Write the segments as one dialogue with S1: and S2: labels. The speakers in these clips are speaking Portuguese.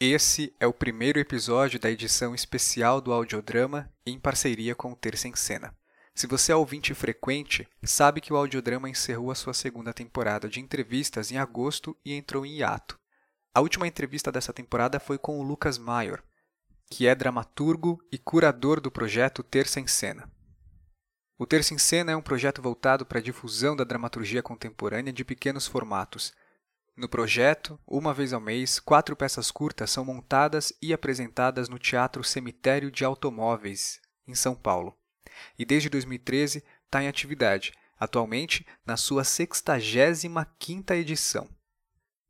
S1: Esse é o primeiro episódio da edição especial do Audiodrama em parceria com o Terça em Cena. Se você é ouvinte frequente, sabe que o Audiodrama encerrou a sua segunda temporada de entrevistas em agosto e entrou em hiato. A última entrevista dessa temporada foi com o Lucas Maior, que é dramaturgo e curador do projeto Terça em Cena. O Terça em Cena é um projeto voltado para a difusão da dramaturgia contemporânea de pequenos formatos – no projeto, uma vez ao mês, quatro peças curtas são montadas e apresentadas no Teatro Cemitério de Automóveis, em São Paulo. E desde 2013 está em atividade, atualmente na sua 65ª edição.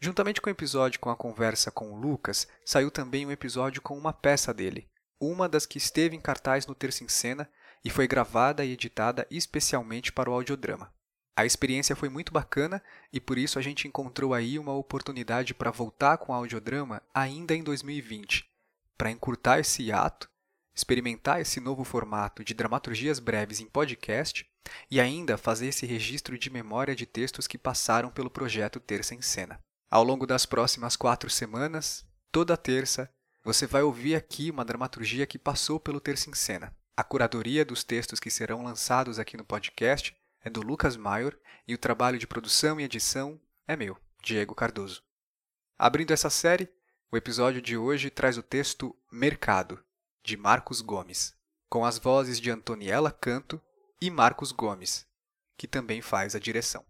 S1: Juntamente com o episódio com a conversa com o Lucas, saiu também um episódio com uma peça dele, uma das que esteve em cartaz no Terça em Cena e foi gravada e editada especialmente para o audiodrama. A experiência foi muito bacana e por isso a gente encontrou aí uma oportunidade para voltar com o audiodrama ainda em 2020, para encurtar esse hiato, experimentar esse novo formato de dramaturgias breves em podcast e ainda fazer esse registro de memória de textos que passaram pelo projeto Terça em Cena. Ao longo das próximas quatro semanas, toda terça, você vai ouvir aqui uma dramaturgia que passou pelo Terça em Cena. A curadoria dos textos que serão lançados aqui no podcast é do Lucas Maior e o trabalho de produção e edição é meu, Diego Cardoso. Abrindo essa série, o episódio de hoje traz o texto Mercado, de Marcos Gomes, com as vozes de Antoniela Canto e Marcos Gomes, que também faz a direção.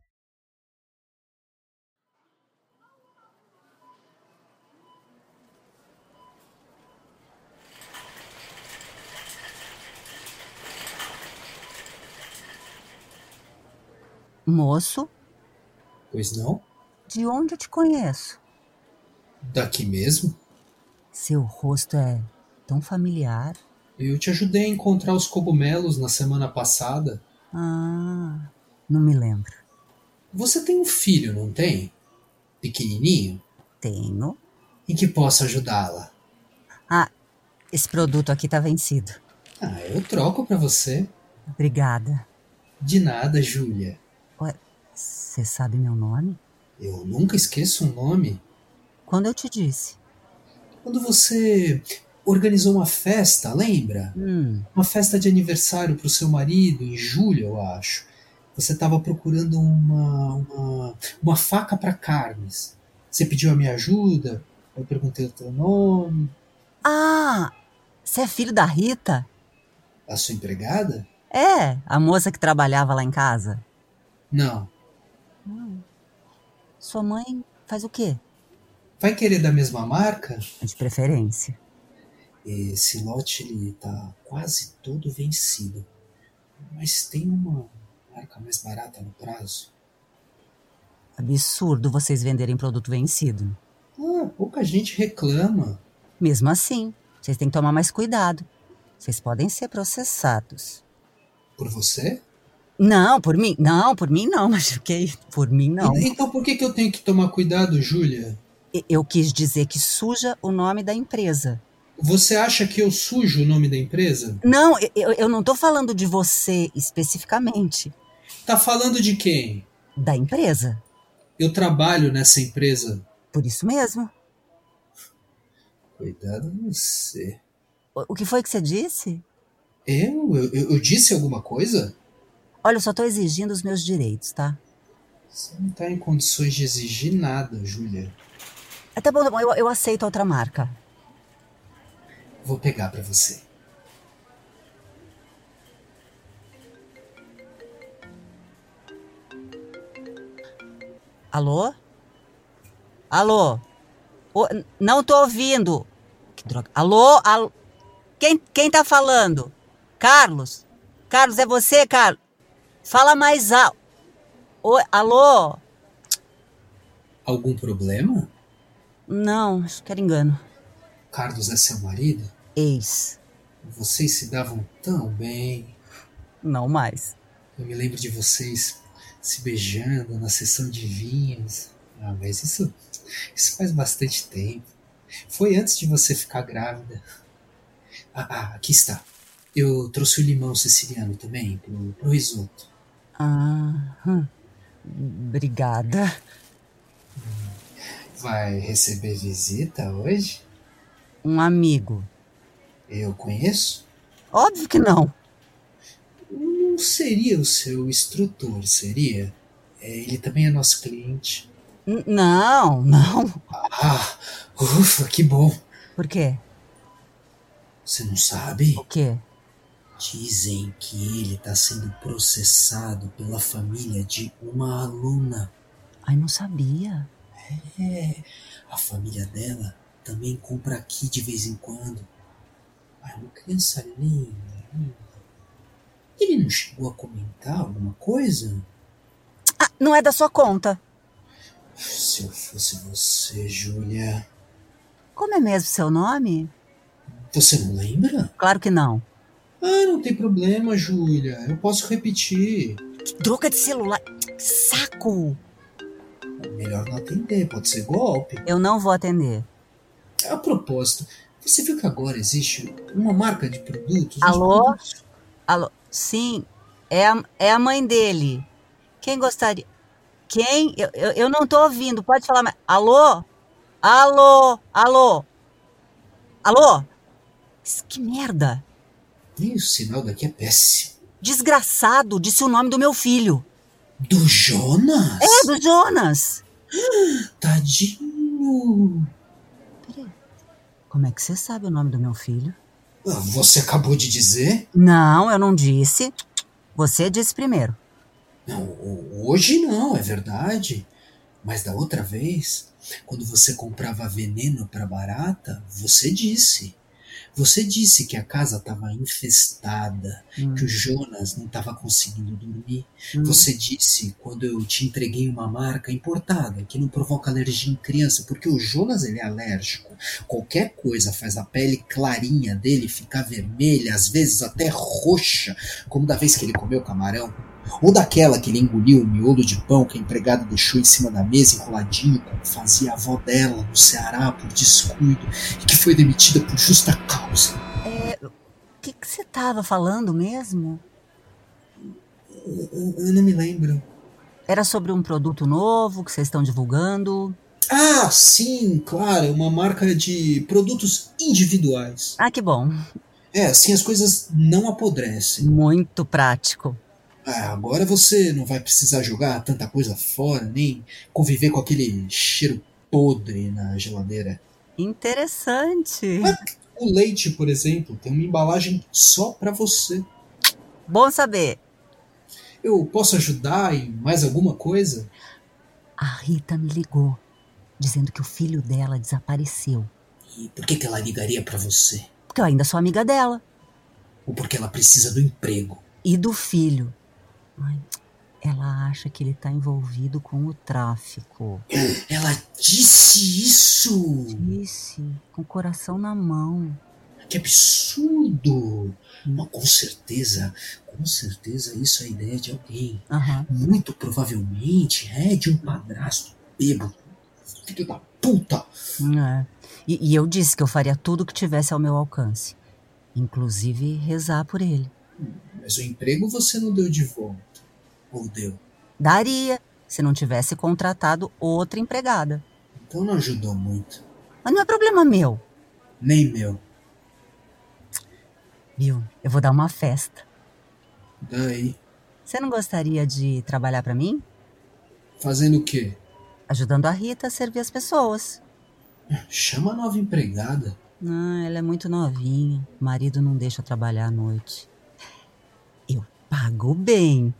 S2: Moço,
S3: Pois não?
S2: de onde eu te conheço?
S3: Daqui mesmo?
S2: Seu rosto é tão familiar.
S3: Eu te ajudei a encontrar os cogumelos na semana passada.
S2: Ah, não me lembro.
S3: Você tem um filho, não tem? Pequenininho?
S2: Tenho.
S3: Em que posso ajudá-la?
S2: Ah, esse produto aqui tá vencido.
S3: Ah, eu troco pra você.
S2: Obrigada.
S3: De nada, Júlia.
S2: Você sabe meu nome?
S3: Eu nunca esqueço um nome.
S2: Quando eu te disse?
S3: Quando você organizou uma festa, lembra?
S2: Hum,
S3: Uma festa de aniversário pro seu marido, em julho, eu acho. Você estava procurando uma, uma, uma faca para carnes. Você pediu a minha ajuda, eu perguntei o teu nome.
S2: Ah, você é filho da Rita?
S3: A sua empregada?
S2: É, a moça que trabalhava lá em casa.
S3: Não.
S2: Hum. Sua mãe faz o quê? É
S3: Vai querer da mesma marca?
S2: De preferência.
S3: Esse lote ele tá quase todo vencido. Mas tem uma marca mais barata no prazo.
S2: Absurdo vocês venderem produto vencido.
S3: Ah, pouca gente reclama.
S2: Mesmo assim, vocês têm que tomar mais cuidado. Vocês podem ser processados.
S3: Por você?
S2: Não, por mim, não, por mim não, mas o que por mim não.
S3: E- Então por que, que eu tenho que tomar cuidado, Júlia?
S2: E- Eu quis dizer que suja o nome da empresa.
S3: Você acha que eu sujo o nome da empresa?
S2: Não, eu- eu, eu não tô falando de você especificamente,
S3: Tá falando de quem?
S2: da empresa.
S3: Eu trabalho nessa empresa.
S2: Por isso mesmo.
S3: Cuidado você.
S2: O, o que foi que você disse?
S3: Eu? Eu, eu, eu disse alguma coisa?
S2: Olha, eu só tô exigindo os meus direitos, tá?
S3: Você não tá em condições de exigir nada, Júlia.
S2: Ah, Tá bom, tá bom, eu, eu aceito a outra marca.
S3: Vou pegar pra você.
S2: Alô? Alô? Ô, n- não tô ouvindo. Que droga. Alô? Alô? Quem, quem tá falando? Carlos? Carlos, é você, Carlos? Fala mais alto. Ô, alô?
S3: Algum problema?
S2: Não, acho que era engano.
S3: Carlos é seu marido?
S2: Ex.
S3: Vocês se davam tão bem.
S2: Não mais.
S3: Eu me lembro de vocês se beijando na sessão de vinhos. Ah, mas isso, isso faz bastante tempo. Foi antes de você ficar grávida. Ah, ah aqui está. Eu trouxe o limão siciliano também pro, pro risoto.
S2: Ah, hum. obrigada.
S3: Vai receber visita hoje?
S2: um amigo?
S3: Eu conheço?
S2: Óbvio que não.
S3: Não seria o seu instrutor, seria? É, ele também é nosso cliente.
S2: N- não, não.
S3: Ah, ufa, que bom.
S2: Por quê?
S3: Você não sabe?
S2: O quê?
S3: Dizem que ele está sendo processado pela família de uma aluna.
S2: Ai, não sabia.
S3: É, a família dela também compra aqui de vez em quando. Ah, é uma criança linda, linda. Ele não chegou a comentar alguma coisa?
S2: Ah, não é da sua conta.
S3: Se eu fosse você, Júlia.
S2: Como é mesmo seu nome?
S3: Você não lembra?
S2: Claro que não.
S3: Ah, não tem problema, Júlia. Eu posso repetir.
S2: Que droga de celular. Que Saco!
S3: Melhor não atender, pode ser golpe.
S2: Eu não vou atender.
S3: A propósito, você viu que agora existe uma marca de produtos?
S2: Alô?
S3: Produtos-
S2: Alô? Sim, é a, é a mãe dele. Quem gostaria? Quem? Eu, eu, eu não tô ouvindo. Pode falar mais. Alô? Alô? Alô? Alô? Isso, Que merda!
S3: Nem o sinal daqui é péssimo.
S2: Desgraçado, disse o nome do meu filho.
S3: Do Jonas?
S2: É, do Jonas!
S3: Tadinho.
S2: Como é que você sabe o nome do meu filho?
S3: Ah, Você acabou de dizer?
S2: Não, eu não disse. Você disse primeiro.
S3: Não, ho- hoje não, é verdade. Mas da outra vez, quando você comprava veneno para barata, você disse. Você disse que a casa estava infestada,
S2: Hum,
S3: que o Jonas não estava conseguindo dormir.
S2: hum.
S3: Você disse quando eu te entreguei uma marca importada que não provoca alergia em criança, porque o Jonas ele é alérgico. Qualquer coisa faz a pele clarinha dele ficar vermelha, às vezes até roxa, como da vez que ele comeu camarão. Ou daquela que ele engoliu o miolo de pão que a empregada deixou em cima da mesa enroladinho, como fazia a avó dela no Ceará por descuido, e que foi demitida por justa causa.
S2: O que que você tava falando mesmo?
S3: Eu- eu- eu não me lembro.
S2: Era sobre um produto novo que vocês estão divulgando?
S3: Ah, sim, claro, é uma marca de produtos individuais.
S2: Ah, que bom.
S3: É, assim as coisas não apodrecem.
S2: Muito prático.
S3: Ah, agora você não vai precisar jogar tanta coisa fora, nem conviver com aquele cheiro podre na geladeira.
S2: Interessante.
S3: O leite, por exemplo, tem uma embalagem só pra você.
S2: Bom saber.
S3: Eu posso ajudar em mais alguma coisa?
S2: A Rita me ligou, dizendo que o filho dela desapareceu.
S3: E por que, que ela ligaria pra você?
S2: Porque eu ainda sou amiga dela.
S3: Ou porque ela precisa do emprego?
S2: E do filho. Ai, ela acha que ele tá envolvido com o tráfico.
S3: Ela disse isso!
S2: Disse, com o coração na mão.
S3: Que absurdo! Mas com certeza, com certeza isso é a ideia de alguém.
S2: Aham.
S3: Muito provavelmente é de um padrasto bêbado. Filho da puta!
S2: É. E, e eu disse que eu faria tudo o que tivesse ao meu alcance. Inclusive rezar por ele.
S3: Mas o emprego você não deu de volta. Ou deu.
S2: Daria, se não tivesse contratado outra empregada.
S3: Então não ajudou muito.
S2: Mas não é problema meu.
S3: Nem meu.
S2: Viu? Eu vou dar uma festa.
S3: Daí.
S2: Você não gostaria de trabalhar pra mim?
S3: Fazendo o quê?
S2: Ajudando a Rita a servir as pessoas.
S3: Chama a nova empregada.
S2: Ah, ela é muito novinha. O marido não deixa trabalhar à noite. Eu pago bem.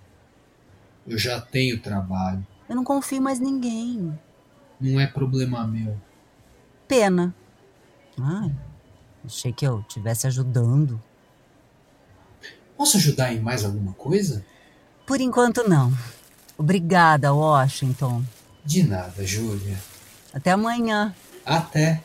S3: Eu já tenho trabalho.
S2: Eu não confio mais ninguém.
S3: Não é problema meu.
S2: Pena. Ai, achei que eu estivesse ajudando.
S3: Posso ajudar em mais alguma coisa?
S2: Por enquanto, não. Obrigada, Washington.
S3: De nada, Júlia.
S2: Até amanhã.
S3: Até.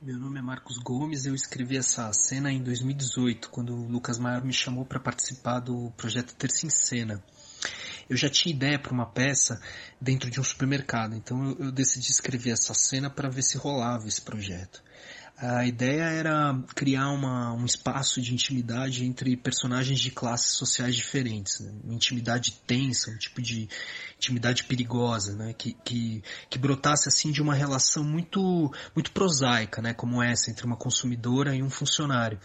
S4: Meu nome é Marcos Gomes, eu escrevi essa cena em 2018, quando o Lucas Maior me chamou para participar do projeto Terça em Cena. Eu já tinha ideia para uma peça dentro de um supermercado, então eu, eu decidi escrever essa cena para ver se rolava esse projeto. A ideia era criar uma, um espaço de intimidade entre personagens de classes sociais diferentes, né? uma intimidade tensa, um tipo de intimidade perigosa, né? que, que, que brotasse assim de uma relação muito, muito prosaica, né? como essa, entre uma consumidora e um funcionário,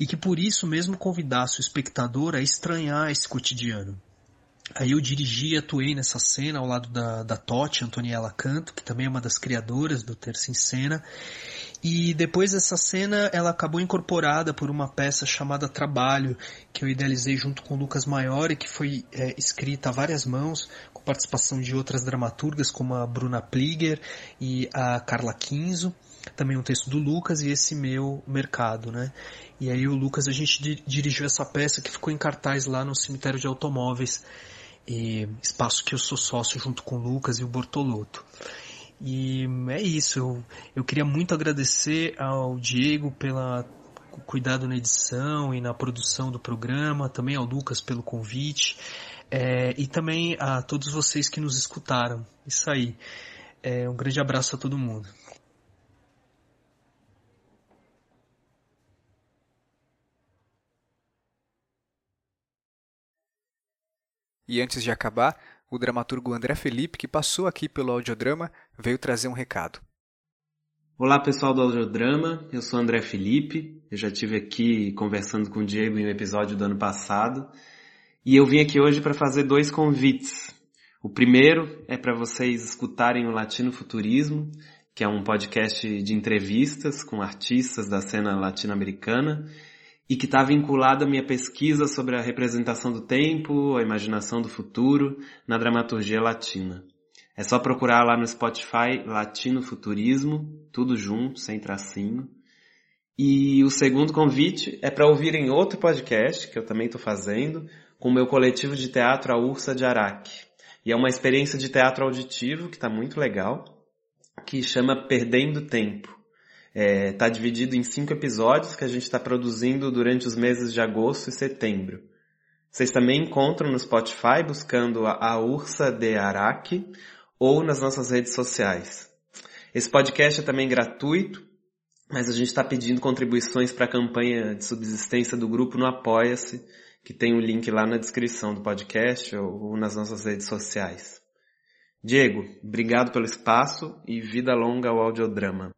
S4: e que por isso mesmo convidasse o espectador a estranhar esse cotidiano. Aí eu dirigi e atuei nessa cena ao lado da, da Totti, Antoniela Canto, que também é uma das criadoras do Terça em Cena. E depois dessa cena, ela acabou incorporada por uma peça chamada Trabalho, que eu idealizei junto com Lucas Maiori, que foi é, escrita a várias mãos, com participação de outras dramaturgas, como a Bruna Pliger e a Carla Quinzo. Também um texto do Lucas e esse meu mercado, né? E aí o Lucas, a gente di dirigiu essa peça que ficou em cartaz lá no cemitério de automóveis, e espaço que eu sou sócio junto com o Lucas e o Bortoloto. E é isso, eu, eu queria muito agradecer ao Diego pela cuidado na edição e na produção do programa, também ao Lucas pelo convite, é, e também a todos vocês que nos escutaram. Isso aí. É, um grande abraço a todo mundo.
S1: E antes de acabar, o dramaturgo André Felipe, que passou aqui pelo audiodrama, veio trazer um recado.
S5: Olá pessoal do audiodrama, eu sou André Felipe, eu já tive aqui conversando com o Diego em um episódio do ano passado, e eu vim aqui hoje para fazer dois convites. O primeiro é para vocês escutarem o Latino Futurismo, que é um podcast de entrevistas com artistas da cena latino-americana, e que está vinculada à minha pesquisa sobre a representação do tempo, a imaginação do futuro na dramaturgia latina. É só procurar lá no Spotify Latino Futurismo, tudo junto, sem tracinho. E o segundo convite é para ouvirem outro podcast que eu também estou fazendo com o meu coletivo de teatro A Ursa de Araque. E é uma experiência de teatro auditivo que está muito legal, que chama Perdendo Tempo. É, tá dividido em cinco episódios que a gente está produzindo durante os meses de agosto e setembro. Vocês também encontram no Spotify buscando a, a Ursa de Araque ou nas nossas redes sociais. Esse podcast é também gratuito, mas a gente está pedindo contribuições para a campanha de subsistência do grupo no Apoia-se, que tem o link lá na descrição do podcast ou, ou nas nossas redes sociais. Diego, obrigado pelo espaço e vida longa ao audiodrama.